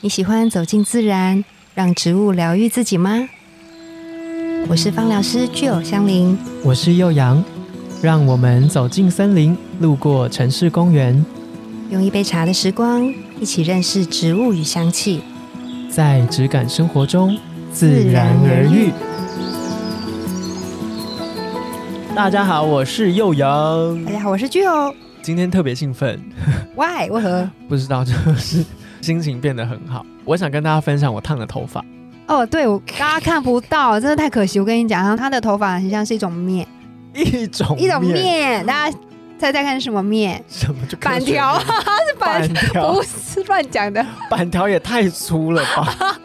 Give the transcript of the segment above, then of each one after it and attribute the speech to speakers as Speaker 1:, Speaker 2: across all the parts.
Speaker 1: 你喜欢走进自然，让植物疗愈自己吗？我是芳疗师具有香林，
Speaker 2: 我是幼阳，让我们走进森林，路过城市公园，
Speaker 1: 用一杯茶的时光，一起认识植物与香气。
Speaker 2: 在质感生活中自然而愈。大家好，我是幼阳，
Speaker 1: 大家好，我是具有。
Speaker 2: 今天特别兴奋，
Speaker 1: Why？为何？
Speaker 2: 不知道就是心情变得很好。我想跟大家分享我烫的头发，
Speaker 1: 哦，对，我大家看不到，真的太可惜。我跟你讲，他的头发很像是一种面，
Speaker 2: 一种
Speaker 1: 一种哦面，大家猜猜看是什么面？
Speaker 2: 什么就科
Speaker 1: 板
Speaker 2: 学
Speaker 1: 条，
Speaker 2: 面
Speaker 1: 是板，
Speaker 2: 板条
Speaker 1: 不是 乱讲的，
Speaker 2: 板条也太粗了吧！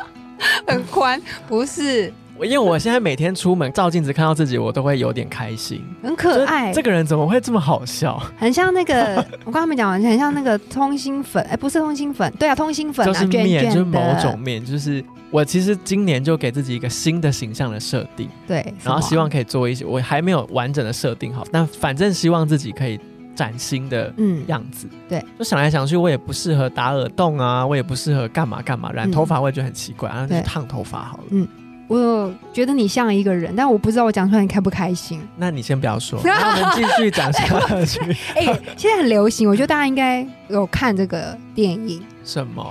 Speaker 1: 很宽，不是，
Speaker 2: 我因为我现在每天出门照镜子看到自己，我都会有点开心。
Speaker 1: 很可爱
Speaker 2: 这。这个人怎么会这么好笑？
Speaker 1: 很像那 个，我刚才没讲完，很像那个通心粉，哎、不是通心粉，对啊，通心粉啊，
Speaker 2: 就是
Speaker 1: 卷
Speaker 2: 面，
Speaker 1: 卷
Speaker 2: 就是
Speaker 1: 的，
Speaker 2: 某种面，就是我其实今年就给自己一个新的形象的设定，
Speaker 1: 对，
Speaker 2: 然
Speaker 1: 什么
Speaker 2: 后
Speaker 1: 啊
Speaker 2: 希望可以做一些，我还没有完整的设定好，但反正希望自己可以崭新的
Speaker 1: 嗯，
Speaker 2: 样子。
Speaker 1: 对，
Speaker 2: 就想来想去，我也不适合打耳洞啊，我也不适合干嘛干嘛，染
Speaker 1: 嗯
Speaker 2: 头发我也觉得很奇怪，然后就
Speaker 1: 对
Speaker 2: 去烫头发好了。
Speaker 1: 我觉得你像一个人，但我不知道我讲出来你开不开 心。
Speaker 2: 那你先不 要说，然后我们继续讲下去。
Speaker 1: 哎、现在很流行，我觉得大家应该有看这个电影
Speaker 2: 什么？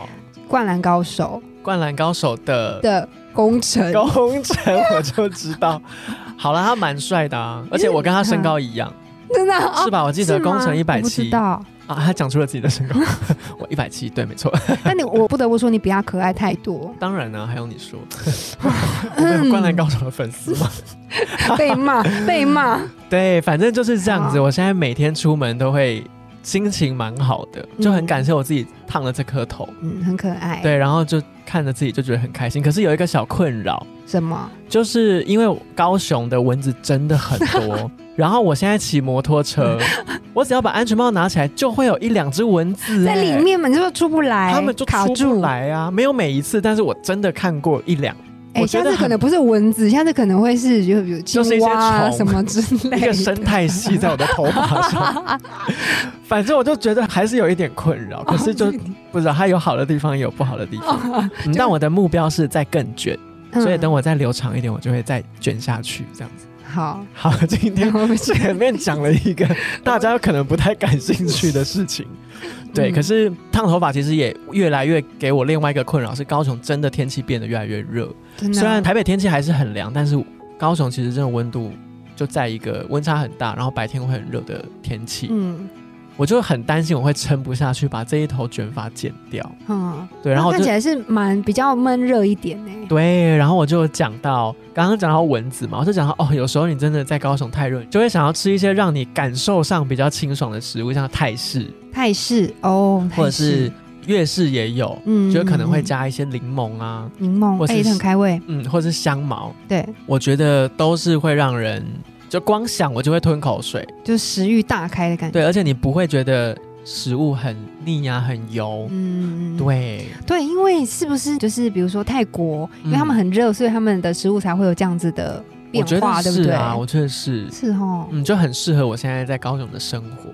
Speaker 1: 《灌篮高手
Speaker 2: 《灌篮高手》》的
Speaker 1: 的工程，
Speaker 2: 工程我就知道。好了，他蛮帅的啊，而且我跟他身高一样，
Speaker 1: 真的啊
Speaker 2: 是 吧？我记
Speaker 1: 是
Speaker 2: 得
Speaker 1: 吗
Speaker 2: 工程一
Speaker 1: 我
Speaker 2: 百
Speaker 1: 不知
Speaker 2: 七啊，
Speaker 1: 道。
Speaker 2: 他讲出了自己的身高， 我一百七，对，没错。
Speaker 1: 但你我不得不说，你比他可爱太多，
Speaker 2: 当然呢、还用你说？ 我们有灌篮高手的粉丝 吗？
Speaker 1: 被骂被骂。
Speaker 2: 对，反正就是这样子。
Speaker 1: 好
Speaker 2: 我现在每天出门都会心情蛮好的，就很感谢我自己烫了这颗头。
Speaker 1: 嗯，很可爱。，
Speaker 2: 对，然后就看着自己就觉得很开心。可是有一个小困扰，
Speaker 1: 什么？
Speaker 2: 就是因为高雄的蚊子真的很 多，然后我现在骑摩托车，我只要把安全帽拿起来，就会有一两只蚊子、
Speaker 1: 在里
Speaker 2: 哎，
Speaker 1: 面嘛，你是不是出不来？
Speaker 2: 他们就
Speaker 1: 卡
Speaker 2: 出
Speaker 1: 住
Speaker 2: 不。来啊。没有每一次，但是我真的看过一 两，
Speaker 1: 哎、
Speaker 2: 我觉
Speaker 1: 下
Speaker 2: 得
Speaker 1: 次可
Speaker 2: 很
Speaker 1: 能不是蚊子，下次可能会是就比如青
Speaker 2: 就是一些
Speaker 1: 蛙啊
Speaker 2: 虫
Speaker 1: 什么之类
Speaker 2: 一
Speaker 1: 的。
Speaker 2: 个生态系在我的头发 上。反正我就觉得还是有一点困
Speaker 1: 哦
Speaker 2: 扰，可是就不知道它有好的地方，也有不好的地 方。嗯但我的目标是再更卷，
Speaker 1: 哦嗯
Speaker 2: 所以等我再留长一点，我就会再卷下去，这样子。
Speaker 1: 好，
Speaker 2: 好，今天
Speaker 1: 然后我们去
Speaker 2: 前面讲了一个 大家可能不太感兴趣的事情，对。
Speaker 1: 嗯
Speaker 2: 可是烫头发其实也越来越给我另外一个困扰，是高雄真的天气变得越来越热。
Speaker 1: 真的
Speaker 2: 虽然台北天气还是很凉，但是高雄其实真的温度就在一个温差很大，然后白天会很热的天气，
Speaker 1: 嗯
Speaker 2: 我就很担心我会撑不下去，把这一头卷发剪掉。
Speaker 1: 嗯，
Speaker 2: 对，然后我
Speaker 1: 看
Speaker 2: 就
Speaker 1: 起来是蛮比较闷热一点呢。
Speaker 2: 对，然后我就讲到刚刚讲到蚊子嘛，我就讲到哦，有时候你真的在高雄太热，你就会想要吃一些让你感受上比较清爽的食物，像泰式
Speaker 1: 泰式哦，
Speaker 2: 或者
Speaker 1: 泰式
Speaker 2: 是粤式也有，
Speaker 1: 嗯
Speaker 2: 就可能会
Speaker 1: 嗯
Speaker 2: 加一些柠檬啊，
Speaker 1: 嗯柠檬，
Speaker 2: 或
Speaker 1: 哎，
Speaker 2: 是
Speaker 1: 很开胃。
Speaker 2: 嗯，或是香茅，
Speaker 1: 对，
Speaker 2: 我觉得都是会让人就光想我就会吞口水，
Speaker 1: 就食欲大开的感觉。
Speaker 2: 对，而且你不会觉得食物很腻啊，很油，
Speaker 1: 嗯，
Speaker 2: 对，
Speaker 1: 对，因为是不是就是比如说泰国，因为
Speaker 2: 嗯
Speaker 1: 他们很热，所以他们的食物才会有这样子的
Speaker 2: 我
Speaker 1: 变
Speaker 2: 觉
Speaker 1: 化，
Speaker 2: 得
Speaker 1: 对不
Speaker 2: 是
Speaker 1: 对？
Speaker 2: 啊，我觉得是，
Speaker 1: 是哦，
Speaker 2: 嗯，就很适合我现在在高雄的生活。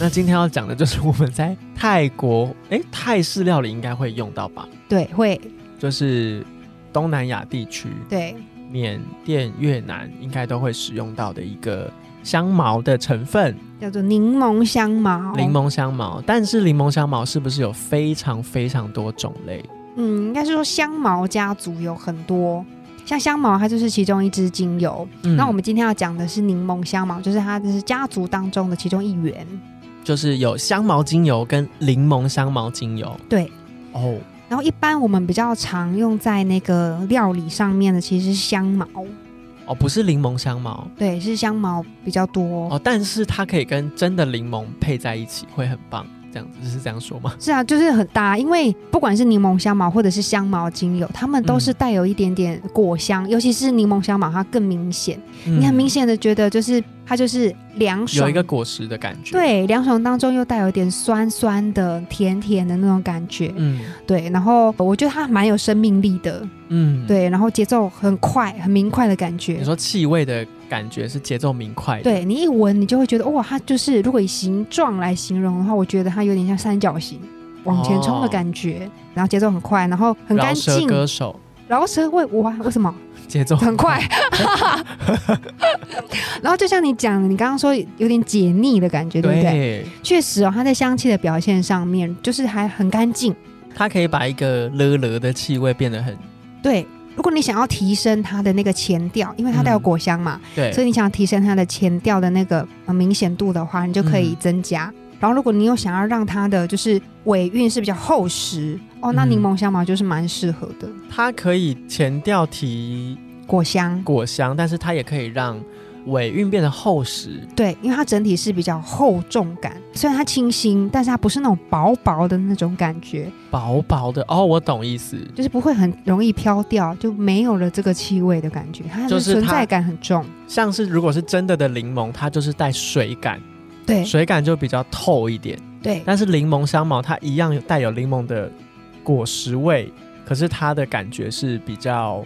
Speaker 2: 那今天要讲的就是我们在泰国，哎，泰式料理应该会用到吧？
Speaker 1: 对，会，
Speaker 2: 就是东南亚地区，
Speaker 1: 对，
Speaker 2: 缅甸、越南应该都会使用到的一个香茅的成分，
Speaker 1: 叫做柠檬香茅，
Speaker 2: 柠，檬香茅。但是柠檬香茅是不是有非常非常多种类？
Speaker 1: 嗯，应该是说香茅家族有很多，像香茅它就是其中一支精油。
Speaker 2: 嗯
Speaker 1: 那我们今天要讲的是柠檬香茅，就是它就是家族当中的其中一员。
Speaker 2: 就是有香茅精油跟柠檬香茅精油
Speaker 1: 对，
Speaker 2: 哦，
Speaker 1: 然后一般我们比较常用在那个料理上面的其实是香茅，
Speaker 2: 哦，不是柠檬香茅
Speaker 1: 对，是香茅比较多。
Speaker 2: 哦，但是它可以跟真的柠檬配在一起，会很棒。这样子是这样说吗？
Speaker 1: 是啊，就是很搭，因为不管是柠檬香茅或者是香茅精油，它们都是
Speaker 2: 嗯
Speaker 1: 带有一点点果香，尤其是柠檬香茅，它更明显。你很明显的觉得，就是它就是凉
Speaker 2: 嗯有
Speaker 1: 爽
Speaker 2: 一个果实的感觉。，
Speaker 1: 对，凉爽当中又带有点酸酸的、甜甜的那种感觉，
Speaker 2: 嗯
Speaker 1: 对。然后我觉得它蛮有生命力的，
Speaker 2: 嗯，。
Speaker 1: 对。然后节奏很快、很明快的感觉
Speaker 2: 你，说气味的感觉是节奏明快的，
Speaker 1: 对你一闻，你就会觉得哇，它就是如果以形状来形容的话，我觉得它有点像三角形，往前冲的感觉，然后节奏很快，然后很干
Speaker 2: 哦饶舌
Speaker 1: 净。
Speaker 2: 歌手
Speaker 1: 饶舌为我为什么
Speaker 2: 节奏
Speaker 1: 很 快？ 然后就像你讲的，你刚刚说有点解腻的感觉，对不对？
Speaker 2: 对，
Speaker 1: 确实哦，它在香气的表现上面，就是还很干净。
Speaker 2: 它可以把一个了了的气味变得很
Speaker 1: 对，如果你想要提升它的那个前调，因为它带有
Speaker 2: 嗯
Speaker 1: 果香嘛，
Speaker 2: 对，
Speaker 1: 所以你想要提升它的前调的那个呃明显度的话，你就可以增加。
Speaker 2: 嗯
Speaker 1: 然后，如果你又想要让它的就是尾韵是比较厚实哦，那
Speaker 2: 嗯
Speaker 1: 柠檬香茅就是蛮适合的
Speaker 2: 它可以前调提
Speaker 1: 果香。
Speaker 2: 果香，但是它也可以让尾韵变得厚实。
Speaker 1: 对，因为它整体是比较厚重感，虽然它清新，但是它不是那种薄薄的那种感觉，
Speaker 2: 薄薄的哦，我懂意思，
Speaker 1: 就是不会很容易飘掉，就没有了这个气味的感觉，它
Speaker 2: 就
Speaker 1: 的
Speaker 2: 是
Speaker 1: 存
Speaker 2: 它
Speaker 1: 在感很重。
Speaker 2: 像是如果是真的的柠檬，它就是带水感，
Speaker 1: 对
Speaker 2: 水感就比较透一点。
Speaker 1: 对
Speaker 2: 但是柠檬香茅它一样有带有柠檬的果实味，可是它的感觉是比较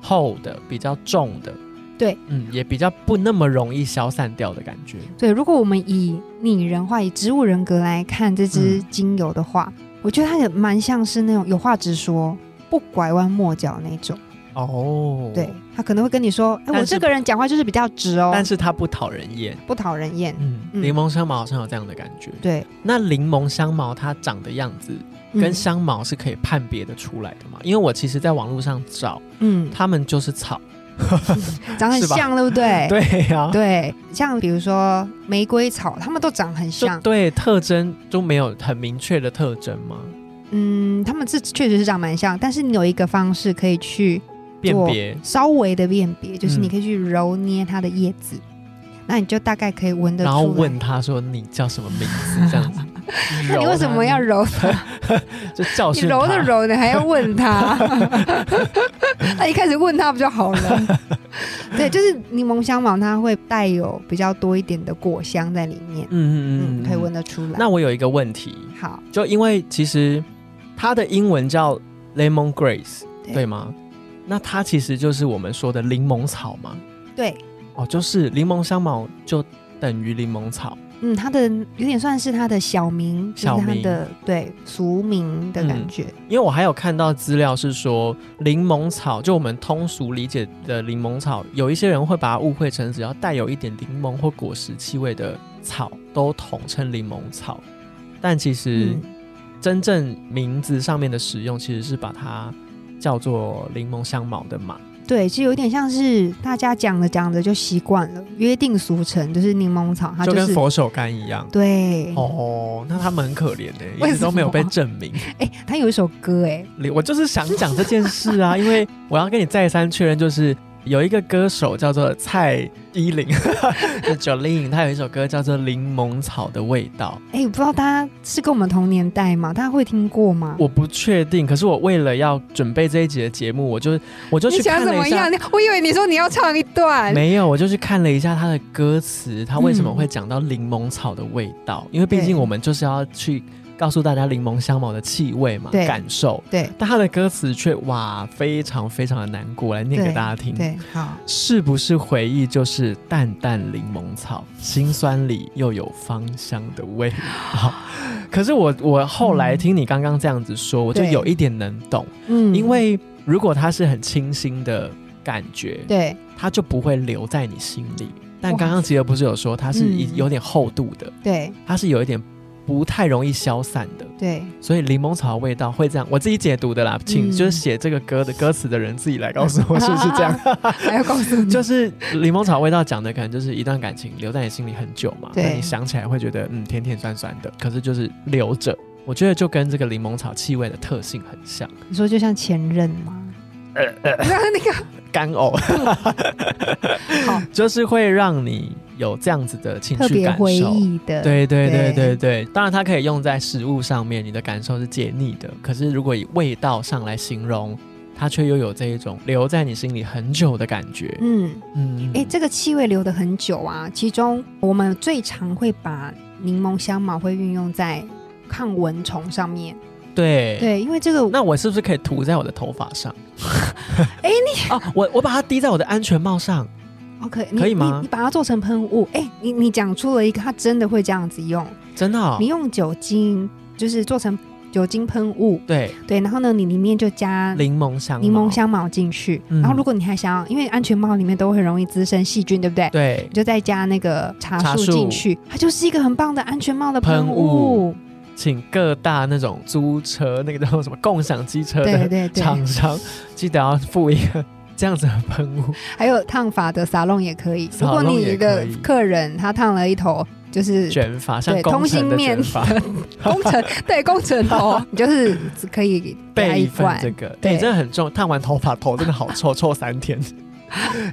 Speaker 2: 厚的，比较重的。
Speaker 1: 对，
Speaker 2: 嗯，也比较不那么容易消散掉的感觉。
Speaker 1: 对，如果我们以拟人化、以植物人格来看这
Speaker 2: 嗯
Speaker 1: 支精油的话，我觉得它也蛮像是那种有话直说、不拐弯抹角那种。
Speaker 2: 哦，
Speaker 1: 对，他可能会跟你说：“哎、我
Speaker 2: 但是
Speaker 1: 这个人讲话就是比较直哦，
Speaker 2: 但是它不讨人厌。
Speaker 1: 不讨人厌。
Speaker 2: 嗯，
Speaker 1: 嗯
Speaker 2: 柠檬香茅好像有这样的感觉。”
Speaker 1: 对，嗯
Speaker 2: 那柠檬香茅它长的样子跟香茅是可以判别的出来的吗？因为我其实在网络上找，
Speaker 1: 嗯
Speaker 2: 他们就是草。
Speaker 1: 嗯长很
Speaker 2: 是吧
Speaker 1: 像，对不对？
Speaker 2: 对啊呀、
Speaker 1: 对像比如说玫瑰草，它们都长很
Speaker 2: 就
Speaker 1: 像。
Speaker 2: 对特征都没有很明确的特征吗？
Speaker 1: 嗯，它们是确实是长蛮像，但是你有一个方式可以去
Speaker 2: 辨
Speaker 1: 做
Speaker 2: 别
Speaker 1: 稍微的辨别，就是
Speaker 2: 嗯
Speaker 1: 你可以去揉捏它的叶子，那你就大概可以闻得出
Speaker 2: 然
Speaker 1: 来。
Speaker 2: 后问他说你叫什么名字？这样子，
Speaker 1: 那 你
Speaker 2: 揉哦
Speaker 1: 为什
Speaker 2: 他
Speaker 1: 么要揉？
Speaker 2: 就教
Speaker 1: 你
Speaker 2: 训
Speaker 1: 揉
Speaker 2: 他
Speaker 1: 着揉，你还要问 他？那一开始问他不就好了？对，就是柠檬香茅，它会带有比较多一点的果香在里面，
Speaker 2: 嗯
Speaker 1: 嗯，可以闻。得出来。
Speaker 2: 那我有一个问题，
Speaker 1: 好，
Speaker 2: 就因为其实它的英文叫 lemon grass，
Speaker 1: 对
Speaker 2: 对吗？那它其实就是我们说的柠檬草嘛。
Speaker 1: 对，
Speaker 2: 哦，就是柠檬香茅就等于柠檬草。
Speaker 1: 嗯，它的有点算是它的小名，就是
Speaker 2: 小
Speaker 1: 它
Speaker 2: 名
Speaker 1: 的对俗名的感
Speaker 2: 嗯
Speaker 1: 觉。
Speaker 2: 因为我还有看到资料是说，柠檬草就我们通俗理解的柠檬草，有一些人会把它误会成只要带有一点柠檬或果实气味的草都统称柠檬草，但其实
Speaker 1: 嗯，
Speaker 2: 真正名字上面的使用其实是把它叫做柠檬香茅的嘛。
Speaker 1: 对，其实有点像是大家讲着讲着就习惯了，约定俗成，就是柠檬草，它
Speaker 2: 就跟
Speaker 1: 是
Speaker 2: 佛手柑一样。
Speaker 1: 对。
Speaker 2: 哦，那他们很可怜呢、
Speaker 1: 为
Speaker 2: 一直
Speaker 1: 什
Speaker 2: 都没有被
Speaker 1: 么
Speaker 2: 证明。
Speaker 1: 哎，它有一首歌哎，
Speaker 2: 我就是想讲这件事 啊，因为我要跟你再三确认，就是有一个歌手叫做蔡依 林就，Jolin，她有一首歌叫做《柠檬草的味道
Speaker 1: 哎、不知道大家是跟我们同年代吗？大家会听过吗》，？
Speaker 2: 我不确定，可是我为了要准备这一集的节目，我就我就
Speaker 1: 你
Speaker 2: 去
Speaker 1: 想
Speaker 2: 看
Speaker 1: 怎
Speaker 2: 了
Speaker 1: 么
Speaker 2: 一下
Speaker 1: 样。？我以为你说你要唱一段，
Speaker 2: 没有，我就去看了一下他的歌词，他为什么
Speaker 1: 嗯
Speaker 2: 会讲到柠檬草的味道？因为毕
Speaker 1: 对
Speaker 2: 竟我们就是要去告诉大家柠檬香茅的气味嘛，
Speaker 1: 对
Speaker 2: 感受。
Speaker 1: 对
Speaker 2: 但他的歌词却哇，非常非常的难过，我来念给大家听。
Speaker 1: 对，好，
Speaker 2: 是不是回忆就是淡淡柠檬草，辛酸里又有芳香的味 道？可是我我后来听你刚刚这样子说，我就
Speaker 1: 对
Speaker 2: 有一点能懂，
Speaker 1: 嗯
Speaker 2: 因为如果它是很清新的感觉，
Speaker 1: 对
Speaker 2: 它就不会留在你心里。但
Speaker 1: 哇
Speaker 2: 刚刚吉儿不是有说它是一
Speaker 1: 嗯
Speaker 2: 有点厚度的，
Speaker 1: 对
Speaker 2: 它是有一点不太容易消散的，
Speaker 1: 对，
Speaker 2: 所以柠檬草的味道会这样，我自己解读的啦，请
Speaker 1: 嗯
Speaker 2: 就是写这个 歌的歌词的人自己来告诉我是不是这样。
Speaker 1: 还要告诉你，
Speaker 2: 就是柠檬草味道讲的，可能就是一段感情留在你心里很久嘛，
Speaker 1: 对
Speaker 2: 那你想起来会觉得嗯甜甜酸酸的，可是就是留着。我觉得就跟这个柠檬草气味的特性很像，
Speaker 1: 你说就像前任吗？然后那个
Speaker 2: 干呕，
Speaker 1: 好
Speaker 2: 就是会让你有这样子的情
Speaker 1: 特
Speaker 2: 绪
Speaker 1: 别
Speaker 2: 感
Speaker 1: 回
Speaker 2: 受。
Speaker 1: 忆的，
Speaker 2: 对对对
Speaker 1: 对
Speaker 2: 对对，当然它可以用在食物上面，你的感受是解腻的。可是如果以味道上来形容，它却又有这一种留在你心里很久的感觉。
Speaker 1: 嗯，
Speaker 2: 嗯，
Speaker 1: 哎、这个气味留的很久啊。其中我们最常会把柠檬香茅会运用在抗蚊虫上面，
Speaker 2: 对
Speaker 1: 对，因为这个
Speaker 2: 那我是不是可以涂在我的头发 上？哎、你啊，我我把它滴在我的安全帽上，
Speaker 1: OK，你
Speaker 2: 可以吗
Speaker 1: 你你把它做成喷雾，哎、你你讲出了一个，它真的会这样子用。
Speaker 2: 真的、哦
Speaker 1: 你。用酒精就是做成酒精喷雾，
Speaker 2: 对，
Speaker 1: 对，然后呢，你里面就加
Speaker 2: 柠檬香，
Speaker 1: 嗯柠檬，香茅进去。
Speaker 2: 嗯
Speaker 1: 然后如果你还想要，因为安全帽里面都很容易滋生细菌，对不对？
Speaker 2: 对
Speaker 1: 你，就再加那个
Speaker 2: 茶
Speaker 1: 茶
Speaker 2: 树
Speaker 1: 树进去，它就是一个很棒的安全帽的喷
Speaker 2: 喷
Speaker 1: 雾
Speaker 2: 雾。请各大那种租车那个叫什么共享机车
Speaker 1: 对
Speaker 2: 的
Speaker 1: 对对，
Speaker 2: 厂商，记得要附一个这样子的喷雾，
Speaker 1: 还有烫发的沙龙也可以。如
Speaker 2: 沙
Speaker 1: 果
Speaker 2: 龙
Speaker 1: 你
Speaker 2: 也可
Speaker 1: 的
Speaker 2: 以
Speaker 1: 客人他烫了一头就是
Speaker 2: 卷发像
Speaker 1: 对
Speaker 2: 工
Speaker 1: 通
Speaker 2: 程
Speaker 1: 心
Speaker 2: 的
Speaker 1: 面
Speaker 2: 卷 发，
Speaker 1: 工 程对工程头，你就是只可以给他
Speaker 2: 备
Speaker 1: 一
Speaker 2: 一份
Speaker 1: 罐。
Speaker 2: 这个，
Speaker 1: 对
Speaker 2: 对，真的很重。烫完头发头真的好臭，臭 三天，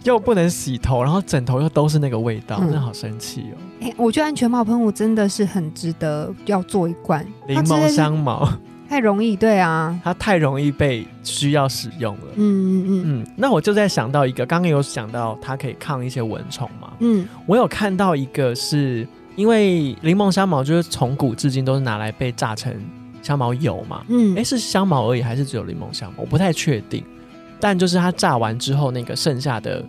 Speaker 2: 又不能洗头，然后枕头又都是那个味道，
Speaker 1: 嗯
Speaker 2: 真的好生气哦。
Speaker 1: 哎我觉得安全帽喷雾真的是很值得要做一罐，
Speaker 2: 柠
Speaker 1: 它真
Speaker 2: 檬
Speaker 1: 的是
Speaker 2: 香茅，
Speaker 1: 太容易，对啊，
Speaker 2: 它太容易被需要使用了。
Speaker 1: 嗯嗯
Speaker 2: 嗯，那我就在想到一个，刚刚有想到它可以抗一些蚊虫嘛，
Speaker 1: 嗯
Speaker 2: 我有看到一个是因为柠檬香茅就是从古至今都是拿来被榨成香茅油嘛，
Speaker 1: 嗯
Speaker 2: 诶，
Speaker 1: 嗯，
Speaker 2: 是香茅而已还是只有柠檬香茅？我不太确定。但就是它榨完之后，那个剩下的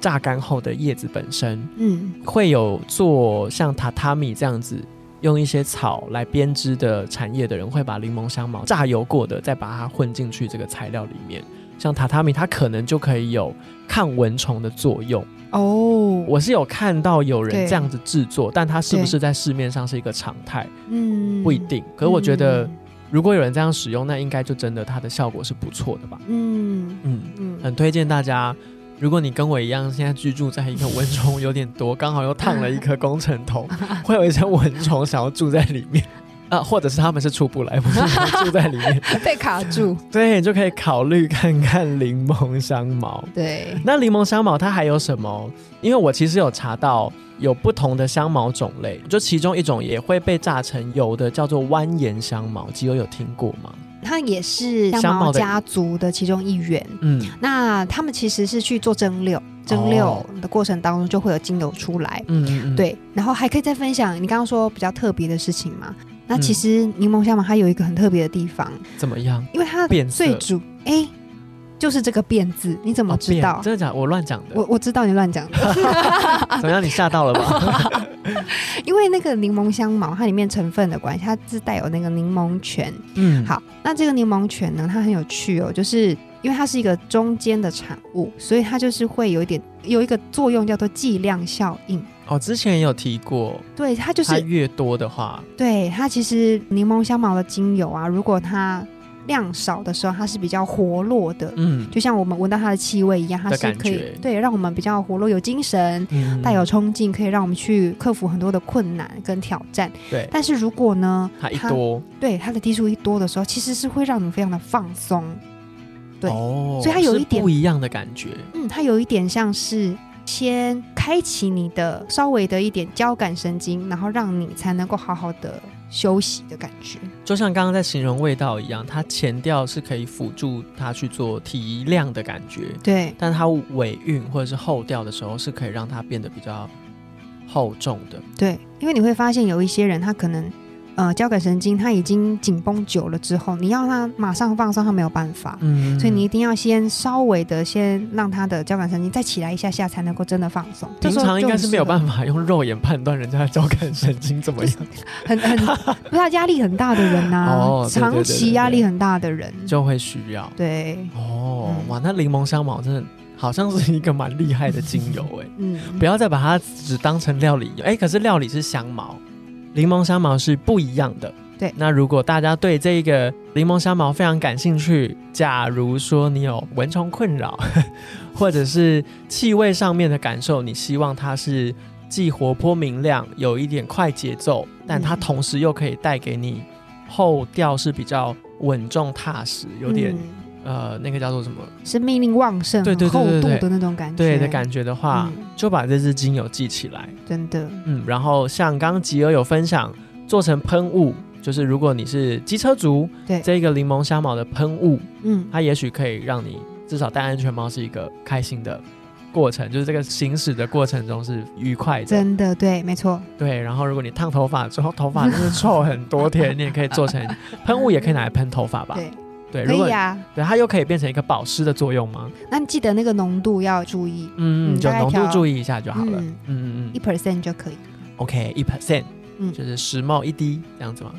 Speaker 2: 榨干后的叶子本身
Speaker 1: 嗯
Speaker 2: 会有做像榻榻米这样子。用一些草来编织的产业的人，会把柠檬香茅榨油过的，再把它混进去这个材料里面。像榻榻米，它可能就可以有抗蚊虫的作用。
Speaker 1: 哦，
Speaker 2: 我是有看到有人
Speaker 1: 对
Speaker 2: 这样子制作，但它是不是在市面上是一个常态，
Speaker 1: 嗯
Speaker 2: 不一，定。可是我觉得
Speaker 1: 嗯，
Speaker 2: 如果有人这样使用，那应该就真的它的效果是不错的吧。
Speaker 1: 嗯
Speaker 2: 嗯，
Speaker 1: 嗯
Speaker 2: 很推荐大家。如果你跟我一样，现在居住在一个蚊虫有点多，刚好又烫了一颗工程头， 会有一些蚊虫想要住在里面啊，或者是他们是出不来，不是想要住在 里面，
Speaker 1: 被卡住，
Speaker 2: 对，就可以考虑看看柠檬香茅。
Speaker 1: 对，
Speaker 2: 那柠檬香茅它还有什么？因为我其实有查到有不同的香茅种类，就其中一种也会被榨成油的，叫做蜿蜒香茅。基友有听过吗？
Speaker 1: 它也是
Speaker 2: 香
Speaker 1: 香
Speaker 2: 茅
Speaker 1: 茅
Speaker 2: 的
Speaker 1: 家族的其中一员。
Speaker 2: 嗯，
Speaker 1: 那他们其实是去做蒸馏，蒸
Speaker 2: 哦
Speaker 1: 馏的过程当中就会有精油出来。
Speaker 2: 嗯嗯，
Speaker 1: 对，然后还可以再分享你刚刚说比较特别的事情嘛？那其实柠檬香茅它有一个很特别的地方，
Speaker 2: 嗯，怎么样？
Speaker 1: 因为它
Speaker 2: 变色
Speaker 1: 最主哎、就是这个“变”字，你怎么
Speaker 2: 哦
Speaker 1: 知
Speaker 2: 变
Speaker 1: 道？
Speaker 2: 真的假的？我乱讲的。
Speaker 1: 我我知道你乱讲的，
Speaker 2: 怎么样？你吓到了吧？
Speaker 1: 因为那个柠檬香茅它里面成分的关系，它是带有那个柠檬醛。
Speaker 2: 嗯，
Speaker 1: 好，那这个柠檬醛呢，它很有趣哦，就是因为它是一个中间的产物，所以它就是会有一点有一个作用叫做剂量效应。
Speaker 2: 哦，之前也有提过，
Speaker 1: 对，它就是
Speaker 2: 它越多的话，
Speaker 1: 对它其实柠檬香茅的精油啊，如果它量少的时候，它是比较活络的，
Speaker 2: 嗯，
Speaker 1: 就像我们闻到它的气味一样，它
Speaker 2: 的
Speaker 1: 是可
Speaker 2: 感
Speaker 1: 以
Speaker 2: 觉
Speaker 1: 对让我们比较活络、有精神。
Speaker 2: 嗯
Speaker 1: 带有冲劲，可以让我们去克服很多的困难跟挑战。
Speaker 2: 对，
Speaker 1: 但是如果呢，
Speaker 2: 它一多，
Speaker 1: 对它的滴数一多的时候，其实是会让你非常的放松。对
Speaker 2: 哦，
Speaker 1: 所以它有一
Speaker 2: 是
Speaker 1: 点
Speaker 2: 不一样的感觉。
Speaker 1: 嗯，它有一点像是先开启你的稍微的一点交感神经，然后让你才能够好好的休息的感觉。
Speaker 2: 就像刚刚在形容味道一样，它前调是可以辅助它去做提亮的感觉，
Speaker 1: 对，
Speaker 2: 但它尾韵或者是后调的时候，是可以让它变得比较厚重的。
Speaker 1: 对，因为你会发现有一些人，他可能呃交感神经他已经紧绷久了之后，你要他马上放松，他没有办法。
Speaker 2: 嗯
Speaker 1: 所以你一定要先稍微的先让他的交感神经再起来一下下，才能够真的放松。
Speaker 2: 平常应该是没有
Speaker 1: 法，
Speaker 2: 办法用肉眼判断人家的交感神经怎么样，
Speaker 1: 很很，不是他压力很大的人呐、
Speaker 2: 哦对对对
Speaker 1: 长
Speaker 2: 对
Speaker 1: 期
Speaker 2: 对
Speaker 1: 压力很大的人，
Speaker 2: 就会需要。
Speaker 1: 对，
Speaker 2: 哦，
Speaker 1: 嗯
Speaker 2: 哇，那柠檬香茅真的好像是一个蛮厉害的精油哎、
Speaker 1: 嗯，
Speaker 2: 不要再把它只当成料理用。哎，可是料理是香茅，柠檬香茅是不一样的。
Speaker 1: 对
Speaker 2: 那如果大家对这个柠檬香茅非常感兴趣，假如说你有蚊虫困扰， 或者是气味上面的感受，你希望它是既活泼明亮，有一点快节奏，但它
Speaker 1: 嗯
Speaker 2: 同时又可以带给你后调是比较稳重踏实，有点、
Speaker 1: 嗯
Speaker 2: 呃那个叫做什么
Speaker 1: 生命力旺盛、
Speaker 2: 对对对对
Speaker 1: 很
Speaker 2: 对
Speaker 1: 厚度的那种感觉，
Speaker 2: 对的感觉的啊话，
Speaker 1: 嗯
Speaker 2: 就把这支精油记起来。
Speaker 1: 真的，
Speaker 2: 嗯，然后像刚刚吉儿有分享，做成喷雾，就是如果你是机车族，
Speaker 1: 对
Speaker 2: 这个柠檬香茅的喷雾，
Speaker 1: 嗯，
Speaker 2: 它也许可以让你至少戴安全帽是一个开心的过程，就是这个行驶的过程中是愉快的。
Speaker 1: 真的对，没错，
Speaker 2: 对，然后如果你烫头发之后，头发就是臭很多天，你也可以做成喷雾，也可以拿来喷头发吧。
Speaker 1: 对，
Speaker 2: 对，
Speaker 1: 可
Speaker 2: 如果
Speaker 1: 以啊。
Speaker 2: 对它又可以变成一个保湿的作用吗？
Speaker 1: 那你记得那个浓度要注意，
Speaker 2: 嗯，
Speaker 1: 嗯
Speaker 2: 就
Speaker 1: 大概
Speaker 2: 浓度
Speaker 1: 调
Speaker 2: 注意一下就好了。嗯
Speaker 1: 嗯
Speaker 2: 嗯
Speaker 1: 一
Speaker 2: 嗯
Speaker 1: percent 就可以。
Speaker 2: ，OK，一 percent，
Speaker 1: 嗯
Speaker 2: 就是十毛一滴这样子吗？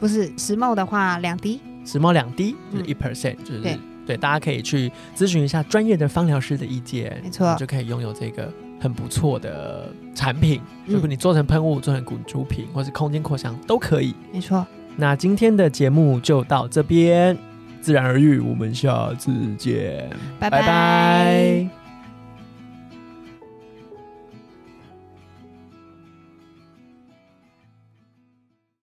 Speaker 1: 不是石墨的话两滴，
Speaker 2: 石墨两滴就是
Speaker 1: 嗯
Speaker 2: 一 percent，就是
Speaker 1: 对
Speaker 2: 对，大家可以去咨询一下专业的芳疗师的意见，
Speaker 1: 没错
Speaker 2: 你就可以拥有这个很不错的产品。
Speaker 1: 嗯
Speaker 2: 如果你做成喷雾、做成滚珠瓶或是空间扩香都可以。
Speaker 1: 没错。
Speaker 2: 那今天的节目就到这边，自然而愈，我们下次见，
Speaker 1: 拜拜